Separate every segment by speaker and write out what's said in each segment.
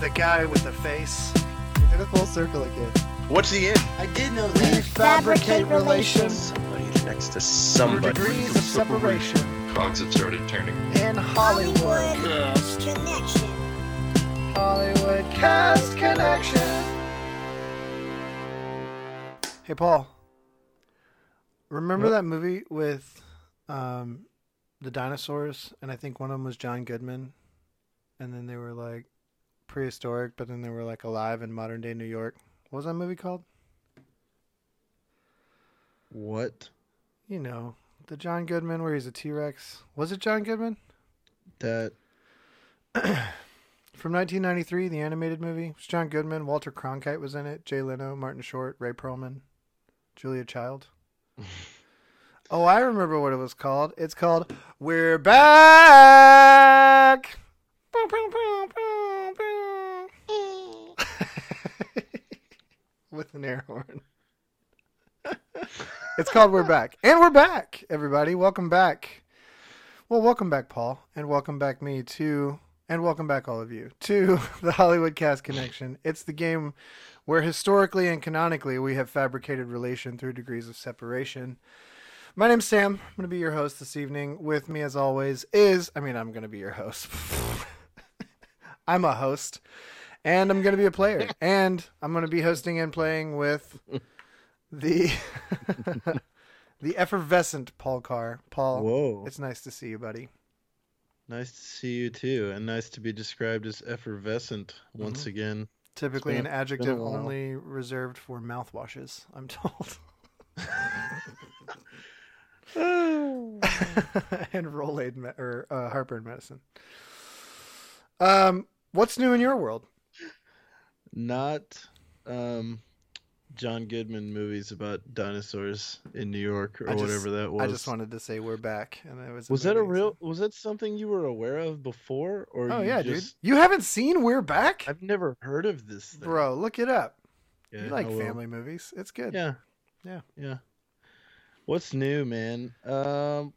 Speaker 1: that guy with the face?
Speaker 2: We did a full circle again.
Speaker 3: What's the end?
Speaker 1: I did know
Speaker 2: We
Speaker 1: that.
Speaker 2: fabricate relations
Speaker 3: Somebody's next to
Speaker 1: Through
Speaker 3: somebody.
Speaker 1: degrees of separation
Speaker 4: Cogs have started turning.
Speaker 1: in Hollywood.
Speaker 5: Cast Connection.
Speaker 1: Hollywood Cast Connection. Hey, Paul. Remember that movie with um, the dinosaurs? And I think one of them was John Goodman. And then they were like prehistoric, but then they were like alive in modern day New York. What was that movie called?
Speaker 3: What?
Speaker 1: You know, the John Goodman where he's a T Rex. Was it John Goodman?
Speaker 3: That
Speaker 1: From 1993, the animated movie. It was John Goodman, Walter Cronkite was in it, Jay Leno, Martin Short, Ray Perlman, Julia Child. oh, I remember what it was called. It's called We're Back! Bow, bow, bow, bow, bow. With an air horn. it's called We're Back. And we're back, everybody. Welcome back. Well, welcome back, Paul, and welcome back, me, to and welcome back, all of you, to the Hollywood Cast Connection. It's the game where historically and canonically we have fabricated relation through degrees of separation. My name's Sam. I'm going to be your host this evening. With me, as always, is I mean, I'm going to be your host. I'm a host, and I'm going to be a player, and I'm going to be hosting and playing with the the effervescent Paul Carr. Paul,
Speaker 3: Whoa.
Speaker 1: it's nice to see you, buddy.
Speaker 3: Nice to see you too, and nice to be described as effervescent
Speaker 1: Mm-hmm.
Speaker 3: once again.
Speaker 1: Typically,
Speaker 3: been
Speaker 1: an
Speaker 3: a-
Speaker 1: adjective
Speaker 3: while.
Speaker 1: only reserved for mouthwashes, I'm told. and Rolade me- or uh, heartburn medicine. Um, what's new in your world?
Speaker 3: Not um John Goodman movies about dinosaurs in New York or
Speaker 1: I just-
Speaker 3: whatever that was.
Speaker 1: I just wanted to say we're back, and it was.
Speaker 3: was that a
Speaker 1: movie,
Speaker 3: real
Speaker 1: so-
Speaker 3: was that something you were aware of before or
Speaker 1: Oh
Speaker 3: you
Speaker 1: yeah,
Speaker 3: just
Speaker 1: dude! You haven't seen We're Back,
Speaker 3: I've never heard of this thing.
Speaker 1: bro? Look it up.
Speaker 3: Yeah,
Speaker 1: you
Speaker 3: I
Speaker 1: like
Speaker 3: will.
Speaker 1: family movies? It's good.
Speaker 3: Yeah.
Speaker 1: Yeah.
Speaker 3: Yeah. What's new, man? Um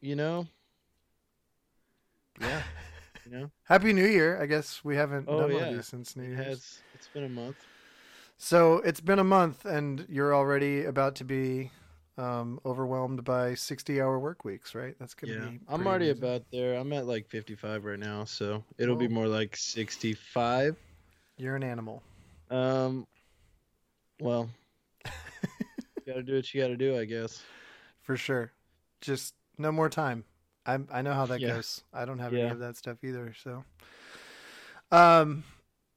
Speaker 3: you know? Yeah. you know?
Speaker 1: Happy New Year! I guess we haven't
Speaker 3: Oh,
Speaker 1: done one
Speaker 3: yeah.
Speaker 1: of these since New
Speaker 3: It
Speaker 1: Year's.
Speaker 3: has it's been a month.
Speaker 1: So it's been a month, and you're already about to be um, overwhelmed by 60 hour work weeks, right? That's going to
Speaker 3: Yeah,
Speaker 1: be.
Speaker 3: I'm
Speaker 1: pretty
Speaker 3: already
Speaker 1: amazing.
Speaker 3: about there. I'm at like 55 right now, so it'll be
Speaker 1: Oh.
Speaker 3: more like 65.
Speaker 1: You're an animal.
Speaker 3: Um, well, gotta do what you gotta do, I guess.
Speaker 1: For sure. Just no more time. I I know how that
Speaker 3: Yeah.
Speaker 1: goes. I don't have any
Speaker 3: Yeah.
Speaker 1: of that stuff either, so um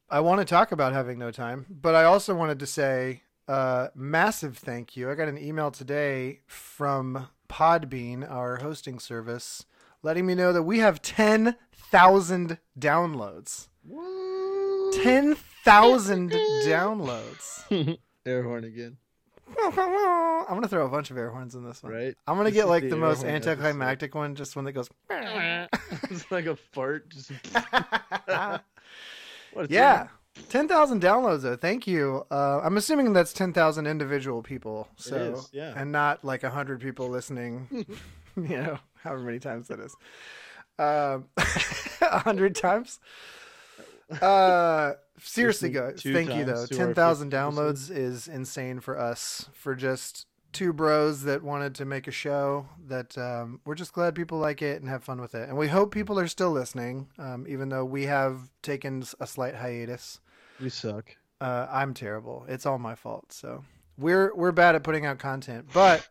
Speaker 1: I want to talk about having no time, but I also wanted to say uh massive thank you. I got an email today from Podbean, our hosting service, letting me know that we have 10,000 downloads. 10,000 downloads.
Speaker 3: Air horn again,
Speaker 1: I'm going to throw a bunch of air horns in this one.
Speaker 3: right?
Speaker 1: I'm gonna
Speaker 3: This
Speaker 1: get
Speaker 3: is
Speaker 1: like
Speaker 3: the
Speaker 1: the
Speaker 3: air
Speaker 1: most
Speaker 3: horn episode.
Speaker 1: anticlimactic one, just one that goes.
Speaker 3: it's like a fart. Just What, it's
Speaker 1: yeah, ten thousand downloads though. Thank you. Uh, I'm assuming that's ten thousand individual people. So
Speaker 3: is, yeah.
Speaker 1: and not like hundred people listening. you know, however many times that is. Um, A hundred times. Uh, seriously,
Speaker 3: Listen
Speaker 1: guys,
Speaker 3: two
Speaker 1: thank you though.
Speaker 3: times to our
Speaker 1: Ten thousand
Speaker 3: 50
Speaker 1: downloads is insane for us for just two bros that wanted to make a show. That um, we're just glad people like it and have fun with it, and we hope people are still listening, um, even though we have taken s- a slight hiatus.
Speaker 3: You suck.
Speaker 1: Uh, I'm terrible. It's all my fault. So we're we're bad at putting out content, but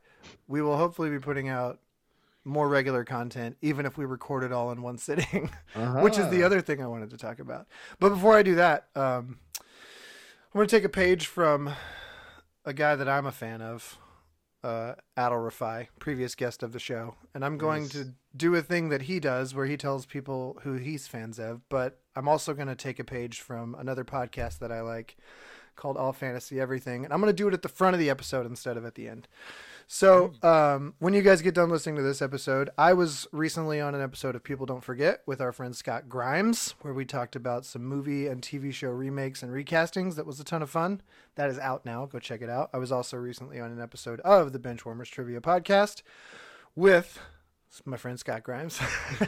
Speaker 1: we will hopefully be putting out more regular content, even if we record it all in one sitting which is the
Speaker 3: Uh-huh.
Speaker 1: other thing I wanted to talk about. But before I do that, um, I'm going to take a page from a guy that I'm a fan of, uh, Adil Rafai, previous guest of the show, and I'm going
Speaker 3: Nice.
Speaker 1: to do a thing that he does where he tells people who he's fans of. But I'm also going to take a page from another podcast that I like called All Fantasy Everything, and I'm going to do it at the front of the episode instead of at the end. So, um, when you guys get done listening to this episode, I was recently on an episode of People Don't Forget with our friend Scott Grimes, where we talked about some movie and TV show remakes and recastings. That was a ton of fun. That is out now. Go check it out. I was also recently on an episode of the Benchwarmers Trivia Podcast with my friend Scott Grimes.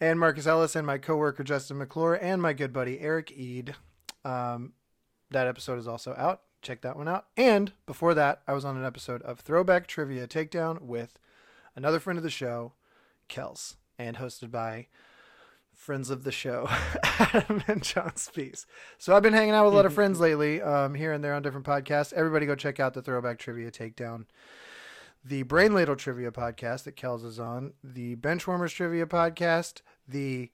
Speaker 1: and Marcus Ellis and my coworker Justin McClure and my good buddy Eric Ead. Um, that episode is also out. Check that one out. And before that, I was on an episode of Throwback Trivia Takedown with another friend of the show, Kels, and hosted by friends of the show, Adam and John Spees. So I've been hanging out with a lot of
Speaker 3: Mm-hmm.
Speaker 1: friends lately, um, here and there on different podcasts. Everybody go check out the Throwback Trivia Takedown the Brain Ladle Trivia Podcast that Kells is on, the Benchwarmers Trivia Podcast, the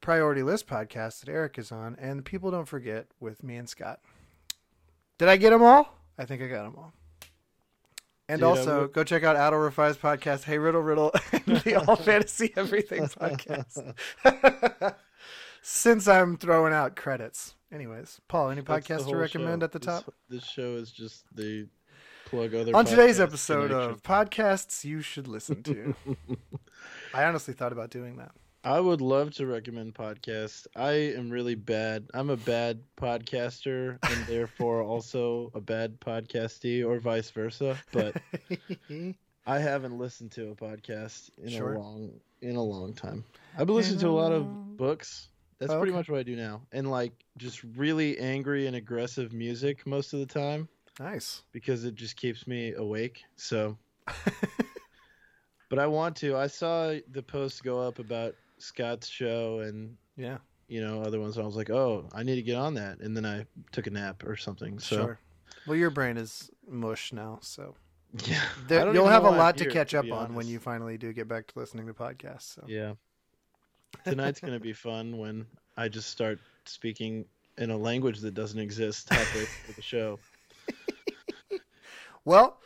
Speaker 1: Priority List Podcast that Eric is on, and the People Don't Forget with me and Scott. Did I get them all? I think I got them all. And
Speaker 3: Dude, I
Speaker 1: also,
Speaker 3: would-
Speaker 1: go check out Adel Refi's podcast, Hey Riddle Riddle, and the All Fantasy Everything podcast. Since I'm throwing out credits. Anyways, Paul, any
Speaker 3: That's the
Speaker 1: podcasts to
Speaker 3: whole
Speaker 1: recommend
Speaker 3: show.
Speaker 1: at the
Speaker 3: This-
Speaker 1: top?
Speaker 3: This, show is just the plug other
Speaker 1: on today's
Speaker 3: podcast
Speaker 1: episode
Speaker 3: connection.
Speaker 1: of podcasts you should listen to. I honestly thought about doing that.
Speaker 3: I would love to recommend podcasts. I am really bad. I'm a bad podcaster and therefore also a bad podcastee or vice versa, but I haven't listened to a podcast in
Speaker 1: Sure.
Speaker 3: a long in a long time. I've been listening to a lot
Speaker 1: Um,
Speaker 3: of books. That's
Speaker 1: oh,
Speaker 3: pretty
Speaker 1: okay.
Speaker 3: much what I do now. And like just really angry and aggressive music most of the time
Speaker 1: nice.
Speaker 3: because it just keeps me awake. So but I want to. I saw the post go up about Scott's show and
Speaker 1: Yeah.
Speaker 3: you know other ones. I was like, oh, I need to get on that, and then I took a nap or something. So
Speaker 1: Sure. Well, your brain is mush now, so
Speaker 3: yeah, I
Speaker 1: there,
Speaker 3: don't
Speaker 1: you'll
Speaker 3: even
Speaker 1: have a
Speaker 3: know why I'm
Speaker 1: lot to
Speaker 3: here,
Speaker 1: catch up
Speaker 3: be
Speaker 1: on when
Speaker 3: honest.
Speaker 1: you finally do get back to listening to podcasts. So.
Speaker 3: Yeah. Tonight's going to be fun when I just start speaking in a language that doesn't exist halfway through the show.
Speaker 1: Well,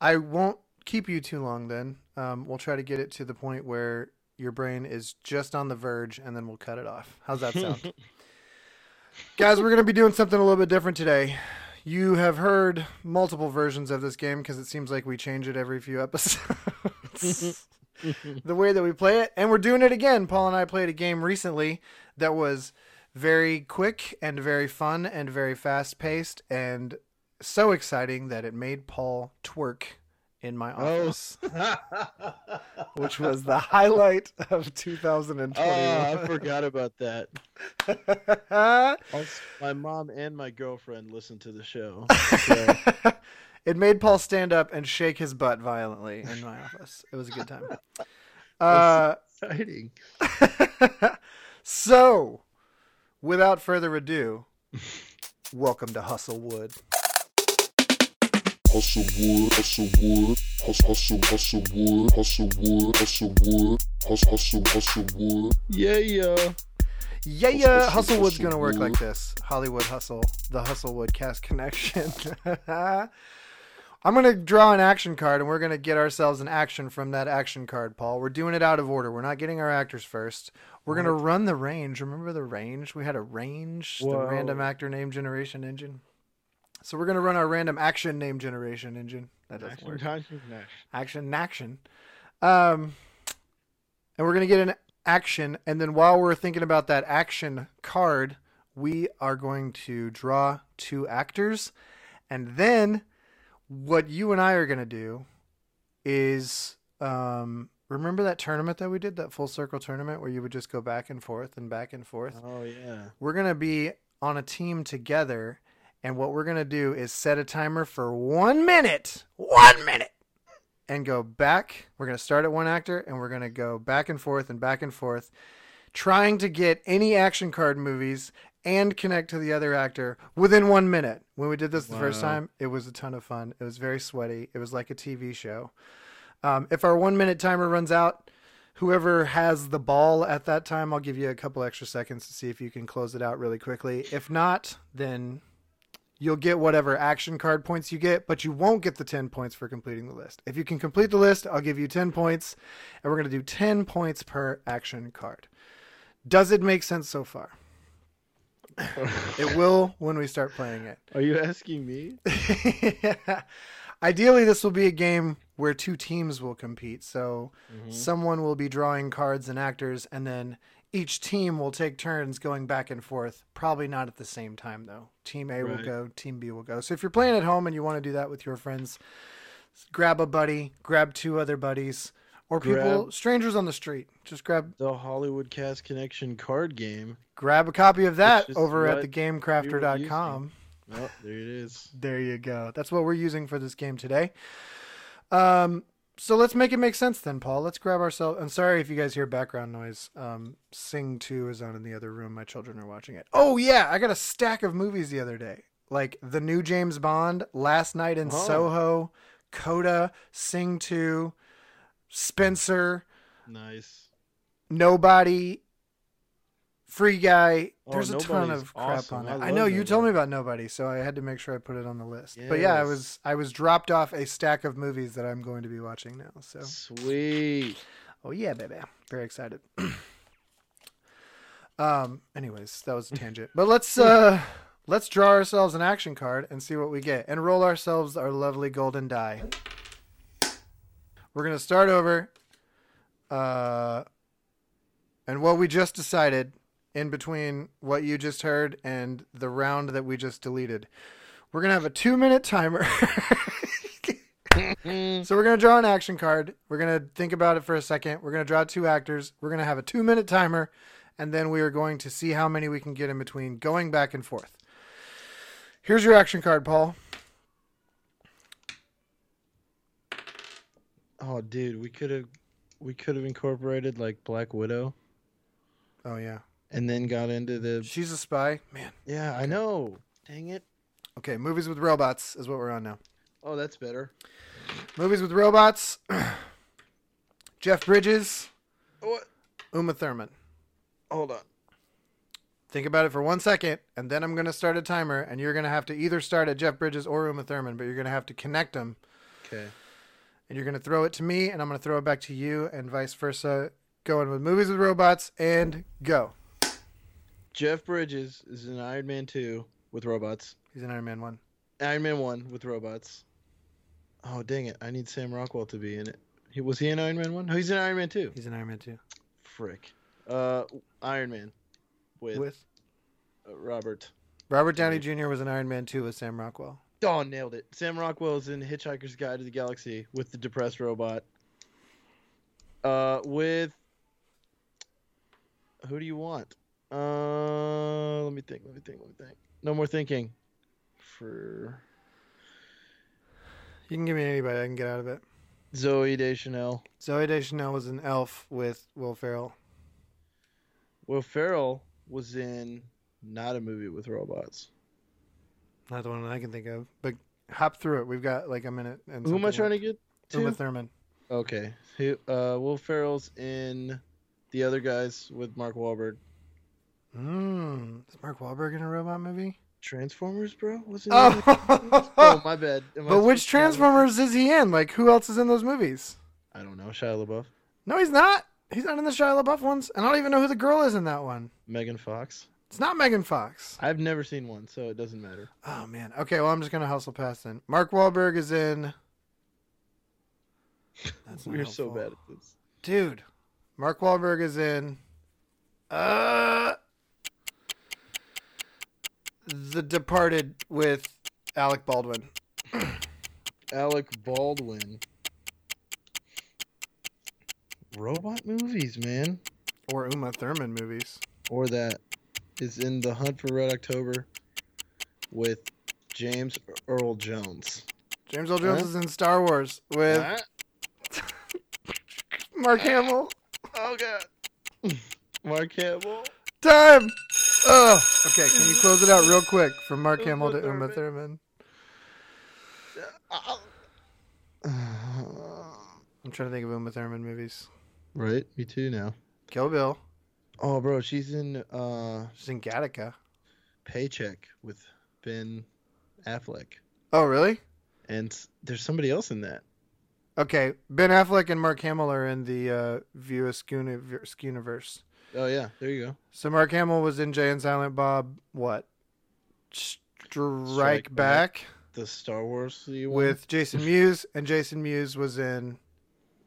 Speaker 1: I won't keep you too long. Then um, we'll try to get it to the point where your brain is just on the verge, and then we'll cut it off. How's that sound? Guys, we're going to be doing something a little bit different today. You have heard multiple versions of this game because it seems like we change it every few episodes. the way that we play it. And we're doing it again. Paul and I played a game recently that was very quick and very fun and very fast paced and so exciting that it made Paul twerk in my office, which was the highlight of 2021.
Speaker 3: Oh, I forgot about that. Also, my mom and my girlfriend listened to the show. So,
Speaker 1: it made Paul stand up and shake his butt violently in my office. It was a good time. Uh,
Speaker 3: exciting.
Speaker 1: so, without further ado, welcome to Hustlewood.
Speaker 4: hustle wood, hustle wood, hus- hustle, hustle wood, hustle wood, hustle wood, hus- hustle, hustle wood.
Speaker 3: Yeah, yeah.
Speaker 1: Yeah, yeah.
Speaker 4: Hustle,
Speaker 1: Hustlewood's gonna work
Speaker 4: Hustlewood.
Speaker 1: like this. Hollywood Hustle, the Hustlewood Cast Connection. I'm gonna draw an action card, and we're gonna get ourselves an action from that action card, Paul. We're doing it out of order. We're not getting our actors first. We're gonna run the range. Remember the range? We had a range, the
Speaker 3: Whoa.
Speaker 1: random actor name generation engine. So we're gonna run our random action name generation engine. That doesn't work
Speaker 3: Action, action, action.
Speaker 1: action action um and we're gonna get an action and then while we're thinking about that action card we are going to draw two actors and then what you and i are gonna do is um remember that tournament that we did that full circle tournament where you would just go back and forth and back and forth
Speaker 3: Oh, yeah.
Speaker 1: we're going to be on a team together and what we're going to do is set a timer for one minute one minute and go back we're going to start at one actor and we're going to go back and forth and back and forth trying to get any action card movies and connect to the other actor within one minute when we did this the first
Speaker 3: Wow.
Speaker 1: time it was a ton of fun it was very sweaty it was like a tv show um, if our one minute timer runs out whoever has the ball at that time, I'll give you a couple extra seconds to see if you can close it out really quickly. If not, then you'll get whatever action card points you get, but you won't get the 10 points for completing the list. If you can complete the list, I'll give you 10 points, and we're going to do 10 points per action card. Does it make sense so far? It will when we start playing it.
Speaker 3: Are you asking me?
Speaker 1: Ideally, this will be a game where two teams will compete. So
Speaker 3: Mm-hmm.
Speaker 1: someone will be drawing cards and actors, and then each team will take turns going back and forth. Probably not at the same time, though. Team A will
Speaker 3: Right.
Speaker 1: go, Team B will go. So if you're playing at home and you want to do that with your friends, grab a buddy, grab two other buddies, or people
Speaker 3: Grab-
Speaker 1: strangers on the street. Just grab
Speaker 3: The Hollywood Cast Connection card game.
Speaker 1: grab a copy of that
Speaker 3: is
Speaker 1: over at
Speaker 3: what
Speaker 1: thegamecrafter.com.
Speaker 3: Oh, there it is.
Speaker 1: There you go. That's what we're using for this game today. Um, so let's make it make sense then, Paul. Let's grab ourselves. I'm sorry if you guys hear background noise. Um, Sing 2 is on in the other room. My children are watching it. Oh, yeah. I got a stack of movies the other day. Like the new James Bond, Last Night in
Speaker 3: Oh.
Speaker 1: Soho, Coda, Sing 2, Spencer,
Speaker 3: Nice.
Speaker 1: Nobody, Free Guy.
Speaker 3: Oh,
Speaker 1: There's a ton
Speaker 3: Nobody's
Speaker 1: of crap
Speaker 3: awesome.
Speaker 1: on
Speaker 3: I
Speaker 1: it. I,
Speaker 3: love
Speaker 1: know you told me
Speaker 3: Nobody.
Speaker 1: about Nobody, so I had to make sure I put it on the list. But yeah, I
Speaker 3: Yes.
Speaker 1: was I was dropped off a stack of movies that I'm going to be watching now. So
Speaker 3: Sweet.
Speaker 1: oh yeah, baby, very excited. um. Anyways, that was a tangent. But let's uh let's draw ourselves an action card and see what we get, and roll ourselves our lovely golden die. We're gonna start over. Uh, and what we just decided in between what you just heard and the round that we just deleted, we're gonna have a two-minute timer. so we're gonna draw an action card. We're gonna think about it for a second. We're gonna draw two actors. We're gonna have a two-minute timer, and then we are going to see how many we can get in between, going back and forth. Here's your action card, Paul.
Speaker 3: Oh, dude, we could have, we could have incorporated like Black Widow,
Speaker 1: Oh yeah,
Speaker 3: and then got into the.
Speaker 1: she's a spy. Man.
Speaker 3: Yeah, I know. Dang it.
Speaker 1: Okay, movies with robots is what we're on now.
Speaker 3: Oh, that's better.
Speaker 1: Movies with robots. Jeff Bridges,
Speaker 3: What?
Speaker 1: Uma Thurman.
Speaker 3: Hold on.
Speaker 1: Think about it for one second, and then I'm going to start a timer, and you're going to have to either start at Jeff Bridges or Uma Thurman, but you're going to have to connect them,
Speaker 3: Okay.
Speaker 1: and you're going to throw it to me, and I'm going to throw it back to you, and vice versa. Going with movies with robots, and go.
Speaker 3: Jeff Bridges is in Iron Man two with robots.
Speaker 1: He's in Iron Man 1.
Speaker 3: Iron Man one with robots. Oh dang it! I need Sam Rockwell to be in it. He was he in Iron Man one? Oh, he's in Iron Man two.
Speaker 1: He's in Iron Man 2.
Speaker 3: Frick. Uh, Iron Man with,
Speaker 1: With?
Speaker 3: uh, Robert.
Speaker 1: Robert Downey Jr. was in Iron Man 2 with Sam Rockwell.
Speaker 3: Oh, nailed it. Sam Rockwell's in Hitchhiker's Guide to the Galaxy with the depressed robot. Uh, with who do you want? Uh, let me think. Let me think. Let me think. No more thinking. For
Speaker 1: You can give me anybody, I can get out of it.
Speaker 3: Zoe Deschanel,
Speaker 1: Zoe Deschanel was an elf with Will Ferrell.
Speaker 3: Will Ferrell was in not a movie with robots.
Speaker 1: Not the one that I can think of, but hop through it. We've got like a minute. And
Speaker 3: Who am I
Speaker 1: something
Speaker 3: trying to
Speaker 1: left.
Speaker 3: get?
Speaker 1: Uma
Speaker 3: To?
Speaker 1: Thurman.
Speaker 3: Okay. Who? Uh, Will Ferrell's in the other guys with Mark Wahlberg.
Speaker 1: Mm. Is Mark Wahlberg in a robot movie?
Speaker 3: Transformers, bro. Was it? oh,
Speaker 1: Oh,
Speaker 3: my bad. Am I
Speaker 1: but
Speaker 3: supposed
Speaker 1: which
Speaker 3: to have it?
Speaker 1: Transformers is he in? Like, who else is in those movies?
Speaker 3: I don't know. Shia LaBeouf,
Speaker 1: No, he's not. He's not in the Shia LaBeouf ones, and I don't even know who the girl is in that one.
Speaker 3: Megan Fox.
Speaker 1: It's not Megan Fox.
Speaker 3: I've never seen one, so it doesn't matter.
Speaker 1: Oh man. Okay, well I'm just gonna hustle past then. Mark Wahlberg is in. That's not
Speaker 3: We're so
Speaker 1: helpful.
Speaker 3: bad at this.
Speaker 1: dude. Mark Wahlberg is in. Uh, the Departed with Alec Baldwin.
Speaker 3: Alec Baldwin. Robot movies, man,
Speaker 1: or Uma Thurman movies.
Speaker 3: or that is in the Hunt for Red October with James Earl Jones.
Speaker 1: James Earl Jones
Speaker 3: Huh?
Speaker 1: is in Star Wars with
Speaker 3: Ah,
Speaker 1: Mark Hamill.
Speaker 3: oh god, Mark Hamill.
Speaker 1: Time. Oh, okay. Can you close it out real quick from Mark
Speaker 3: Uma
Speaker 1: Hamill to Uma
Speaker 3: Thurman.
Speaker 1: Thurman? I'm trying to think of Uma Thurman movies.
Speaker 3: Right, me too now.
Speaker 1: Kill Bill.
Speaker 3: Oh, bro, she's in uh
Speaker 1: She's in Gattaca.
Speaker 3: Paycheck with Ben Affleck.
Speaker 1: Oh, really?
Speaker 3: And s- there's somebody else in that.
Speaker 1: Okay. Ben Affleck and Mark Hamill are in the uh, View Skuniverse.
Speaker 3: Oh yeah, there you go.
Speaker 1: So Mark Hamill was in Jay and Silent Bob. What? Strike,
Speaker 3: Strike
Speaker 1: Back,
Speaker 3: Back Mm-hmm. The Star Wars you
Speaker 1: with Jason Mewes, and Jason Mewes was in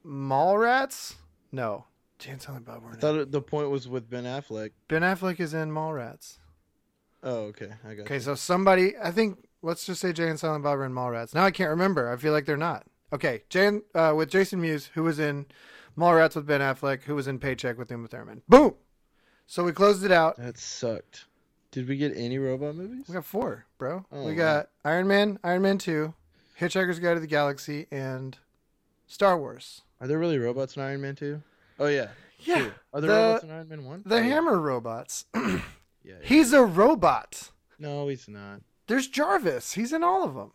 Speaker 1: Mallrats. No, Jay and Silent Bob.
Speaker 3: I
Speaker 1: Weren't in.
Speaker 3: thought it- the point was with Ben Affleck.
Speaker 1: Ben Affleck is in Mallrats.
Speaker 3: Oh okay, I got.
Speaker 1: Okay, so somebody, I think, let's just say Jay and Silent Bob are in Mallrats. Now I can't remember. I feel like they're not. Okay, Jay and, uh, with Jason Mewes, who was in Mallrats with Ben Affleck, who was in Paycheck with Uma Thurman. Boom. So we closed it out.
Speaker 3: That sucked. Did we get any robot movies?
Speaker 1: We got four, bro.
Speaker 3: Oh,
Speaker 1: we
Speaker 3: wow.
Speaker 1: got Iron Man, Iron Man Two, Hitchhiker's Guide to the Galaxy, and Star Wars.
Speaker 3: Are there really robots in Iron Man 2? Oh, yeah. two. Are there
Speaker 1: the-
Speaker 3: robots in Iron Man 1?
Speaker 1: The Hammer robots.
Speaker 3: Yeah, yeah.
Speaker 1: He's a robot.
Speaker 3: No, he's not.
Speaker 1: There's Jarvis. He's in all of them.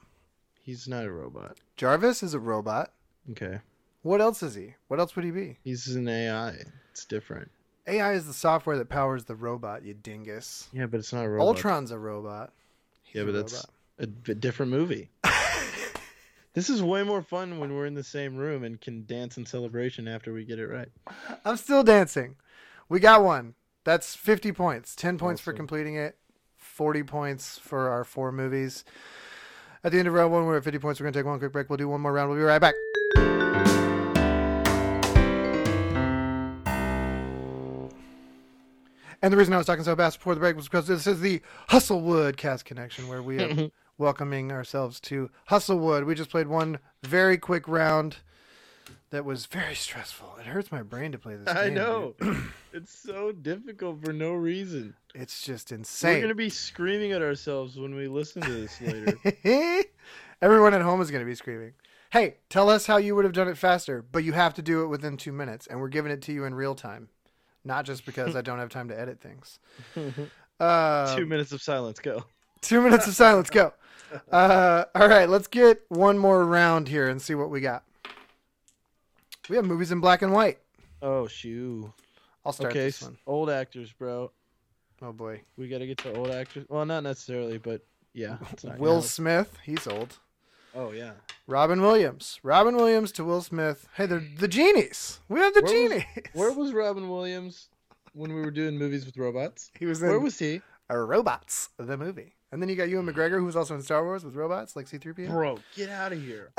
Speaker 3: He's not a robot.
Speaker 1: Jarvis is a robot.
Speaker 3: Okay.
Speaker 1: What else is he? What else would he be?
Speaker 3: He's an AI. It's different.
Speaker 1: AI is the software that powers the robot, you dingus.
Speaker 3: Yeah, but it's not a robot.
Speaker 1: Ultron's a robot. He's
Speaker 3: Yeah,
Speaker 1: a
Speaker 3: but that's
Speaker 1: robot.
Speaker 3: a d- different movie. this is way more fun when we're in the same room and can dance in celebration after we get it right.
Speaker 1: I'm still dancing. We got one. That's 50 points. 10 points for
Speaker 3: Awesome.
Speaker 1: completing it, 40 points for our four movies. At the end of round one, we're at 50 points. We're going to take one quick break. We'll do one more round. We'll be right back. And the reason I was talking so fast before the break was because this is the Hustlewood Cast Connection, where we are welcoming ourselves to Hustlewood. We just played one very quick round that was very stressful. It hurts my brain to play this game.
Speaker 3: I
Speaker 1: dude.
Speaker 3: know. it's so difficult for no reason.
Speaker 1: It's just
Speaker 3: We're
Speaker 1: insane.
Speaker 3: going to be screaming at ourselves when we listen to this later.
Speaker 1: Everyone at home is going to be screaming. Hey, tell us how you would have done it faster, but you have to do it within two minutes, and we're giving it to you in real time, not just because I don't have time to edit things. Uh,
Speaker 3: Two
Speaker 1: two,
Speaker 3: minutes of silence. Go.
Speaker 1: minutes of silence. Go. Uh, all right, let's get one more round here and see what we got. We have movies in black and white.
Speaker 3: Oh, shoo.
Speaker 1: I'll start
Speaker 3: Okay,
Speaker 1: this
Speaker 3: s-
Speaker 1: one.
Speaker 3: old actors, bro.
Speaker 1: Oh boy,
Speaker 3: We got to get to old actors. Well, not necessarily, but yeah. it's not
Speaker 1: Will
Speaker 3: now.
Speaker 1: Smith. He's old.
Speaker 3: Oh, yeah.
Speaker 1: Robin Williams. Robin Williams to Will Smith. Hey, they're the genies. We have the
Speaker 3: Where was-
Speaker 1: genies.
Speaker 3: Where was Robin Williams when we were doing movies with robots?
Speaker 1: he was in
Speaker 3: Where was he?
Speaker 1: or Robots, the movie. And then you got Ewan McGregor, who was also in Star Wars with robots, like C-3PO.
Speaker 3: Bro, get out of here.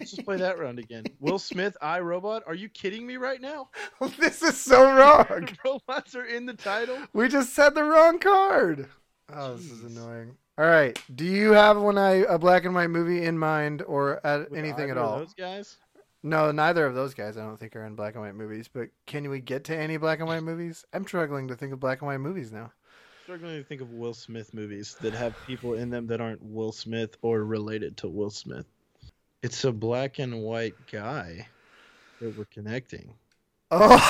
Speaker 3: Let's just play that round again. Will Smith, I Robot. Are you kidding me right now?
Speaker 1: Oh, this is so wrong.
Speaker 3: Robots are in the title.
Speaker 1: We just said the wrong card. Oh, this is
Speaker 3: Jeez.
Speaker 1: annoying. All right. Do you have when I a black and white movie in mind or at
Speaker 3: With
Speaker 1: anything at
Speaker 3: either of
Speaker 1: all?
Speaker 3: Those guys.
Speaker 1: No, neither of those guys I don't think are in black and white movies, but can we get to any black and white movies? I'm struggling to think of black and white movies now.
Speaker 3: Struggling to think of Will Smith movies that have people in them that aren't Will Smith or related to Will Smith. It's a black and white guy that we're connecting.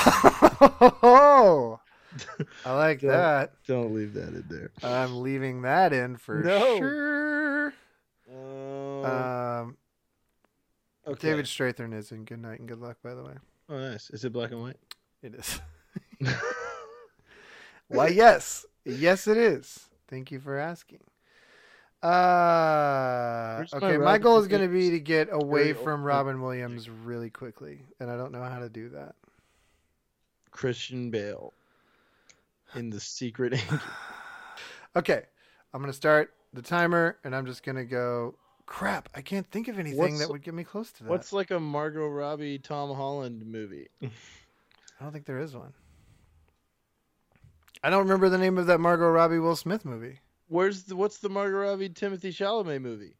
Speaker 1: Oh. I like
Speaker 3: Don't-
Speaker 1: that.
Speaker 3: Don't leave that in there.
Speaker 1: I'm leaving that in for
Speaker 3: No.
Speaker 1: sure.
Speaker 3: Oh,
Speaker 1: Um,
Speaker 3: okay.
Speaker 1: David Strathern is in Good Night and Good Luck, by the way.
Speaker 3: Oh, nice. Is it black and white?
Speaker 1: It is. Why, yes. Yes, it is. Thank you for asking. Uh,
Speaker 3: Where's my
Speaker 1: okay, my
Speaker 3: Robin
Speaker 1: goal is going to be
Speaker 3: Williams?
Speaker 1: to get away
Speaker 3: Very old
Speaker 1: from
Speaker 3: movie.
Speaker 1: Robin Williams really quickly, and I don't know how to do that.
Speaker 3: Christian Bale in the Secret Agent.
Speaker 1: Okay, I'm going to start the timer, and I'm just going to go. Crap, I can't think of anything
Speaker 3: What's-
Speaker 1: that would get me close to that.
Speaker 3: What's like a Margot Robbie, Tom Holland movie?
Speaker 1: I don't think there is one. I don't remember the name of that Margot Robbie Will Smith movie.
Speaker 3: Where's the what's the Margot Robbie, Timothy Chalamet movie?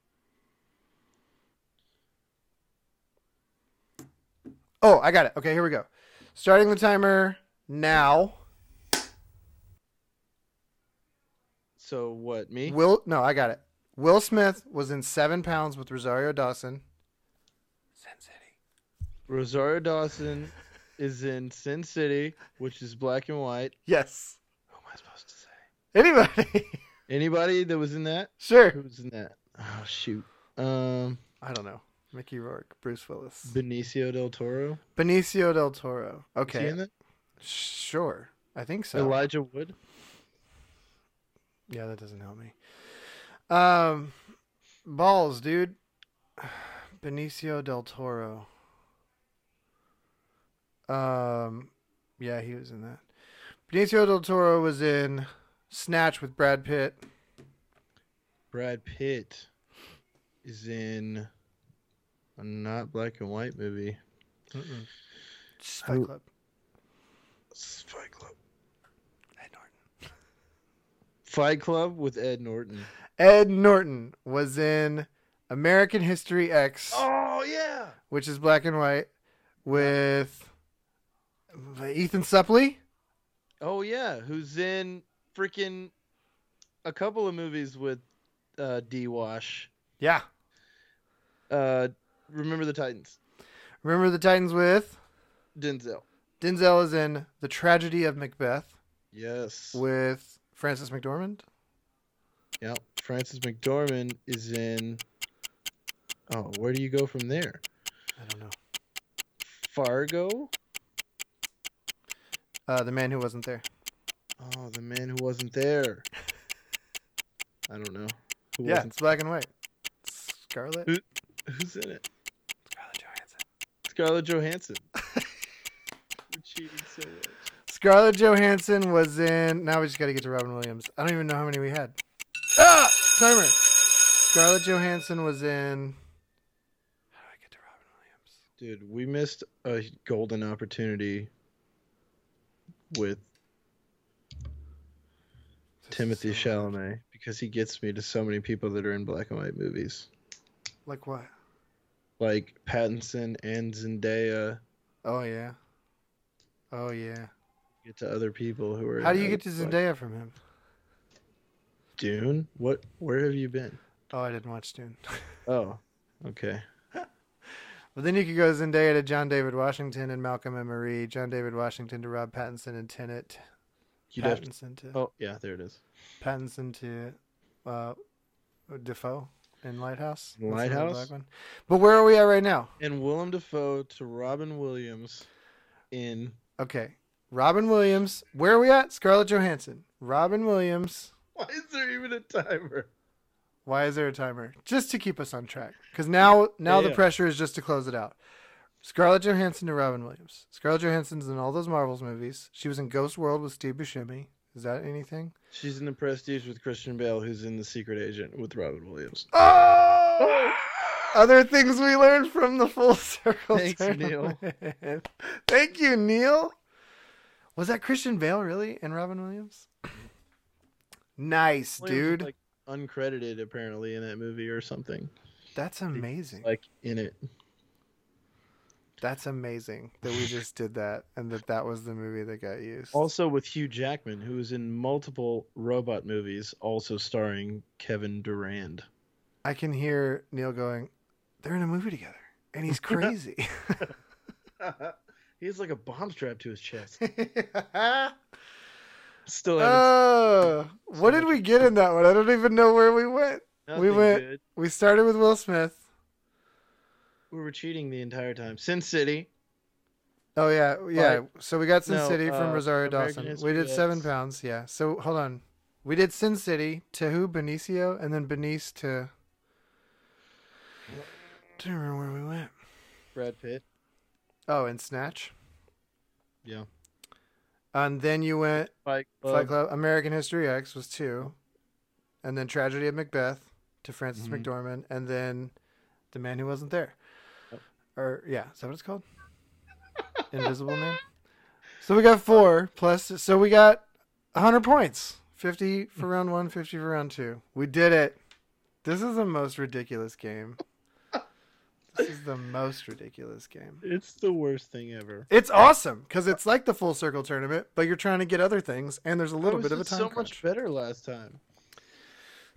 Speaker 1: Oh, I got it. Okay, here we go. Starting the timer now.
Speaker 3: So what? Me?
Speaker 1: Will no, I got it. Will Smith was in Seven Pounds with Rosario Dawson. Sin City.
Speaker 3: Rosario Dawson is in Sin City, which is black and white.
Speaker 1: Yes.
Speaker 3: Who am I supposed to say?
Speaker 1: Anybody?
Speaker 3: Anybody that was in that? Who
Speaker 1: sure.
Speaker 3: was in that? Oh shoot. Um,
Speaker 1: I don't know. Mickey Rourke, Bruce Willis,
Speaker 3: Benicio del Toro.
Speaker 1: Benicio del Toro.
Speaker 3: Is he in
Speaker 1: Okay,
Speaker 3: that?
Speaker 1: sure. I think so.
Speaker 3: Elijah Wood.
Speaker 1: Yeah, that doesn't help me. Um, balls, dude. Benicio del Toro. Um, yeah, he was in that. Benicio del Toro was in Snatch with Brad Pitt.
Speaker 3: Brad Pitt is in a not black and white movie.
Speaker 1: Spy
Speaker 3: Who-
Speaker 1: Club.
Speaker 3: Fight Club.
Speaker 1: Ed Norton.
Speaker 3: Fight Club with Ed Norton.
Speaker 1: Ed Norton was in American History X,
Speaker 3: Oh yeah.
Speaker 1: which is black and white, with Ethan Suppley.
Speaker 3: Oh yeah, who's in freaking a couple of movies with uh, D Wash.
Speaker 1: Yeah.
Speaker 3: Uh, Remember the Titans.
Speaker 1: Remember the Titans with
Speaker 3: Denzel.
Speaker 1: Denzel is in The Tragedy of Macbeth
Speaker 3: Yes.
Speaker 1: with Francis McDormand.
Speaker 3: Yeah. Francis McDormand is in. Oh, where do you go from there?
Speaker 1: I don't know.
Speaker 3: Fargo.
Speaker 1: Uh, the man who wasn't there.
Speaker 3: Oh, the man who wasn't there. I don't know. Who
Speaker 1: yeah,
Speaker 3: wasn't,
Speaker 1: it's black and white. Scarlet.
Speaker 3: Who- who's in it?
Speaker 1: Scarlet Johansson.
Speaker 3: Scarlett Johansson. We're cheating so much.
Speaker 1: Scarlett Johansson was in. Now we just got to get to Robin Williams. I don't even know how many we had. Ah, timer. Scarlett Johansson was in. How do I get to Robin Williams?
Speaker 3: Dude, we missed a golden opportunity with Timothy
Speaker 1: This is so-
Speaker 3: Chalamet because he gets me to so many people that are in black and white movies,
Speaker 1: Like what?
Speaker 3: like Pattinson and Zendaya.
Speaker 1: Oh yeah. Oh yeah.
Speaker 3: Get to other people who are.
Speaker 1: How
Speaker 3: in
Speaker 1: do you
Speaker 3: other-
Speaker 1: get to
Speaker 3: like,
Speaker 1: Zendaya from him?
Speaker 3: Dune? What? Where have you been?
Speaker 1: Oh, I didn't watch Dune.
Speaker 3: Oh, okay.
Speaker 1: Well, then you could go Zendaya to John David Washington and Malcolm and Marie, John David Washington to Rob Pattinson and Tenet,
Speaker 3: You'd have to,
Speaker 1: Pattinson to
Speaker 3: oh yeah, there it is.
Speaker 1: Pattinson to uh, Defoe in Lighthouse. That's the little
Speaker 3: Lighthouse?
Speaker 1: black one. But where are we at right now?
Speaker 3: And Willem Dafoe to Robin Williams in
Speaker 1: Okay, Robin Williams. Where are we at? Scarlett Johansson. Robin Williams.
Speaker 3: Why is there even a timer?
Speaker 1: Why is there a timer? Just to keep us on track, because now now the
Speaker 3: yeah.
Speaker 1: pressure is just to close it out. Scarlett Johansson to Robin Williams. Scarlett Johansson's in all those Marvels movies. She was in Ghost World with Steve Buscemi. Is that anything?
Speaker 3: She's in the Prestige with Christian Bale, who's in the Secret Agent with Robin Williams.
Speaker 1: Oh! Other things we learned from the full circle.
Speaker 3: Thanks,
Speaker 1: tournament. Thank you, Neil. Was that Christian Bale really and Robin Williams? Nice,
Speaker 3: Williams
Speaker 1: dude.
Speaker 3: is, like uncredited apparently in that movie or something.
Speaker 1: That's amazing.
Speaker 3: Like in it.
Speaker 1: That's amazing that we just did that and that that was the movie that got used.
Speaker 3: Also with Hugh Jackman, who is in multiple robot movies, also starring Kevin Durand.
Speaker 1: I can hear Neil going, "They're in a movie together." And he's crazy.
Speaker 3: he has like a bomb strapped to his chest.
Speaker 1: Uh,
Speaker 3: Still haven't
Speaker 1: oh, what did we get in that one? I don't even know where we went.
Speaker 3: seen
Speaker 1: we
Speaker 3: nothing
Speaker 1: went-
Speaker 3: good.
Speaker 1: We started with Will Smith.
Speaker 3: We were cheating the entire time. Sin City.
Speaker 1: Oh yeah, yeah. so we got Sin
Speaker 3: no,
Speaker 1: City from
Speaker 3: uh,
Speaker 1: Rosario
Speaker 3: American
Speaker 1: Dawson. We
Speaker 3: History
Speaker 1: did seven
Speaker 3: X.
Speaker 1: pounds. Yeah. So hold on, we did Sin City to who? Benicio, and then Benice to. Do not remember where we went?
Speaker 3: Brad Pitt.
Speaker 1: Oh, and Snatch.
Speaker 3: Yeah.
Speaker 1: And then you went
Speaker 3: Fight Club.
Speaker 1: Fight Club. American History X was two, and then Tragedy of Macbeth to Francis
Speaker 3: Mhm.
Speaker 1: McDormand, and then The Man Who Wasn't There, or yeah, is that what it's called? Invisible Man. So we got four plus. So we got hundred points. Fifty for round one, 50 for round two. We did it. This is the most ridiculous game. This is the most ridiculous game.
Speaker 3: It's the worst thing ever.
Speaker 1: It's awesome because it's like the full circle tournament, but you're trying to get other things, and there's a little
Speaker 3: How is
Speaker 1: bit of a
Speaker 3: this
Speaker 1: time
Speaker 3: so
Speaker 1: crunch
Speaker 3: much better last time.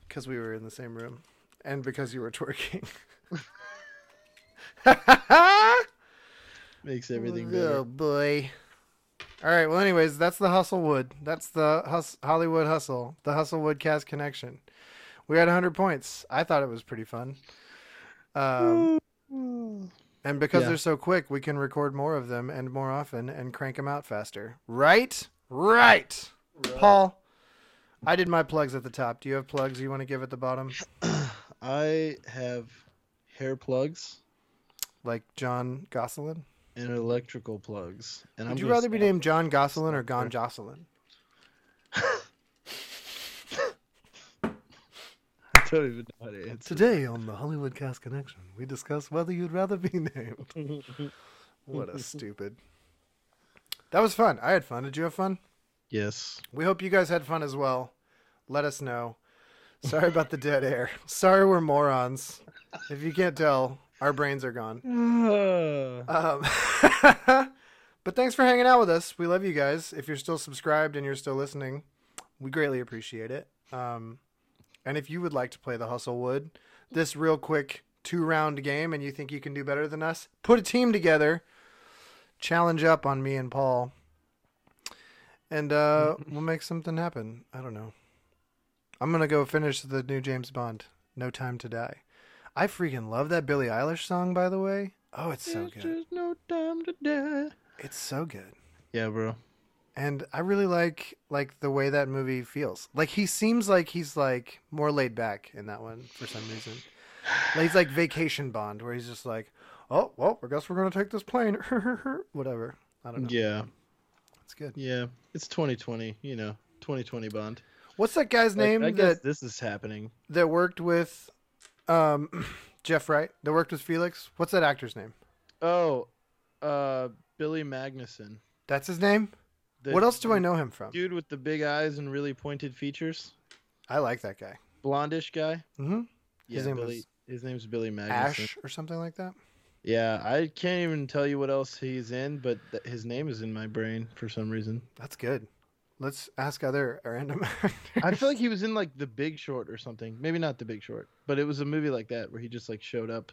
Speaker 1: because we were in the same room, and because you were twerking.
Speaker 3: Makes everything better.
Speaker 1: oh boy! All right. Well, anyways, that's the Hustlewood. That's the hus- Hollywood Hustle. The Hustlewood Cast Connection. We had 100 points. I thought it was pretty fun. Um, and because
Speaker 3: Yeah.
Speaker 1: they're so quick, we can record more of them and more often and crank them out faster. Right? Right. Paul, I did my plugs at the top. Do you have plugs you want to give at the bottom?
Speaker 3: I have hair plugs
Speaker 1: Like John Gosselin?
Speaker 3: and electrical plugs. And I'm
Speaker 1: Would you
Speaker 3: gonna
Speaker 1: rather be
Speaker 3: stop-
Speaker 1: named John Gosselin or Gon Jocelyn?
Speaker 3: I don't even know how to answer.
Speaker 1: Today on the Hollywood Cast Connection, we discuss whether you'd rather be named. what a stupid. That was fun. I had fun. Did you have fun?
Speaker 3: Yes.
Speaker 1: We hope you guys had fun as well. Let us know. Sorry about the dead air. Sorry we're morons. Ah. If you can't tell, our brains are gone. Um, but But thanks for hanging out with us. We love you guys. If you're still subscribed and you're still listening, we greatly appreciate it. Um, and if you would like to play the Hustle Wood, this real quick two round game, and you think you can do better than us, put a team together, challenge up on me and Paul, and uh, we'll make something happen. I don't know. I'm gonna go finish the new James Bond, No Time to Die. I freaking love that Billie Eilish song, by the way. Oh, it's so
Speaker 3: There's
Speaker 1: good.
Speaker 3: just no time to die.
Speaker 1: It's so good.
Speaker 3: Yeah, bro.
Speaker 1: and I really like like the way that movie feels. Like he seems like he's like more laid back in that one for some reason. Like he's like Vacation Bond, where he's just like, oh well, I guess we're gonna take this plane, whatever. I don't know.
Speaker 3: Yeah,
Speaker 1: It's good.
Speaker 3: yeah. It's 2020. You know, 2020 Bond.
Speaker 1: What's that guy's
Speaker 3: Like,
Speaker 1: name
Speaker 3: I guess
Speaker 1: that
Speaker 3: this is happening.
Speaker 1: that worked with, um, Jeff Wright? That worked with Felix. What's that actor's name?
Speaker 3: Oh, uh, Billy Magnuson.
Speaker 1: That's his name.
Speaker 3: The
Speaker 1: what else do I know him from?
Speaker 3: Dude with the big eyes and really pointed features,
Speaker 1: I like that guy.
Speaker 3: blondish guy.
Speaker 1: hmm
Speaker 3: Yeah,
Speaker 1: His name
Speaker 3: Billy.
Speaker 1: was-
Speaker 3: His name's Billy Magnuson.
Speaker 1: Ash or something like that.
Speaker 3: Yeah, I can't even tell you what else he's in, but th- his name is in my brain for some reason.
Speaker 1: That's good. Let's ask other random actors.
Speaker 3: I feel like he was in like The Big Short or something. Maybe not The Big Short, but it was a movie like that where he just like showed up.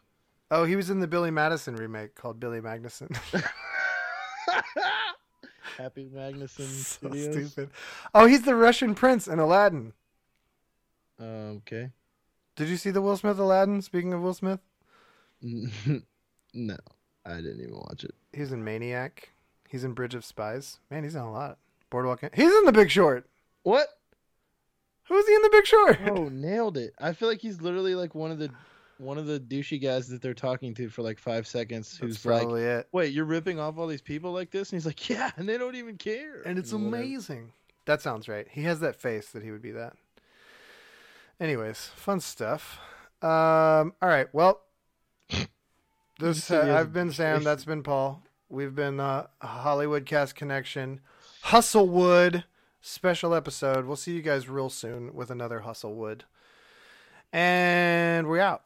Speaker 1: Oh, he was in the Billy Madison remake called Billy Magnuson.
Speaker 3: Happy Magnuson
Speaker 1: so
Speaker 3: Studios.
Speaker 1: stupid. Oh, he's the Russian prince in Aladdin.
Speaker 3: Uh, okay.
Speaker 1: Did you see the Will Smith Aladdin? Speaking of Will Smith,
Speaker 3: no, I didn't even watch it.
Speaker 1: he's in Maniac. He's in Bridge of Spies. Man, he's in a lot. Boardwalk. In- he's in The Big Short.
Speaker 3: What?
Speaker 1: Who is he in The Big Short?
Speaker 3: Oh, nailed it! I feel like he's literally like one of the one of the douchey guys that they're talking to for like five seconds,
Speaker 1: That's
Speaker 3: who's like,
Speaker 1: probably it.
Speaker 3: "Wait, you're ripping off all these people like this?" And he's like, "Yeah," and they don't even care.
Speaker 1: And it's
Speaker 3: whatever.
Speaker 1: amazing. That sounds right. He has that face that he would be that. Anyways, fun stuff. Um, all right. Well, this
Speaker 3: He has
Speaker 1: uh,
Speaker 3: a
Speaker 1: I've been Sam.
Speaker 3: face.
Speaker 1: That's been Paul. We've been uh, Hollywood Cast Connection, Hustlewood special episode. We'll see you guys real soon with another Hustlewood, and we're out.